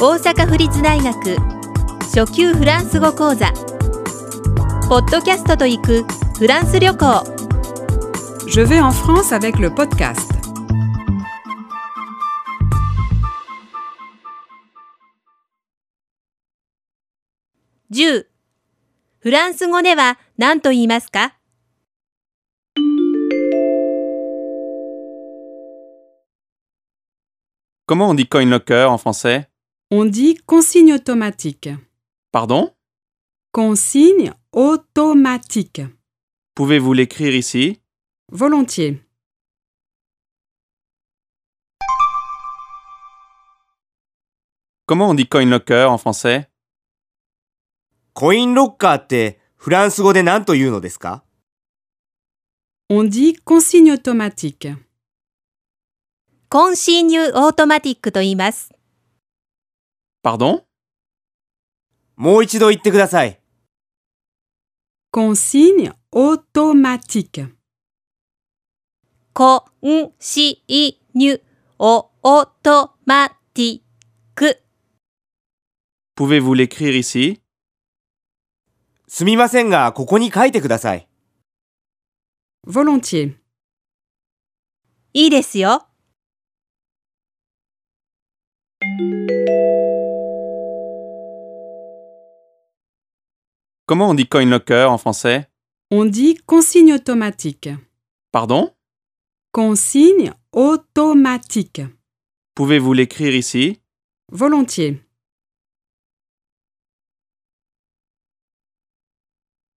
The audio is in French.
大阪府立大学初級フランス語講座ポッドキャストと行くフランス旅行 Je vais en France avec le podcast. 10フランス語では何と言いますか Comment on dit coin locker en français On dit consigne automatique. Pardon Consigne automatique. Pouvez-vous l'écrire ici Volontiers. Comment on dit coin locker en français コインロッカーってフランス語で何というのですか On dit consigne automatique. コンシーニューオートマティックと言います。 Pardon もう一度言ってください。 Consigne automatique. コンシーニューオートマティック。 Pouvez-vous l'écrire ici すみませんが、ここに書いてください。 Volontiers. いいですよ。 Comment on dit coin locker en français On dit consigne automatique. Pardon Consigne automatique. Pouvez-vous l'écrire ici Volontiers.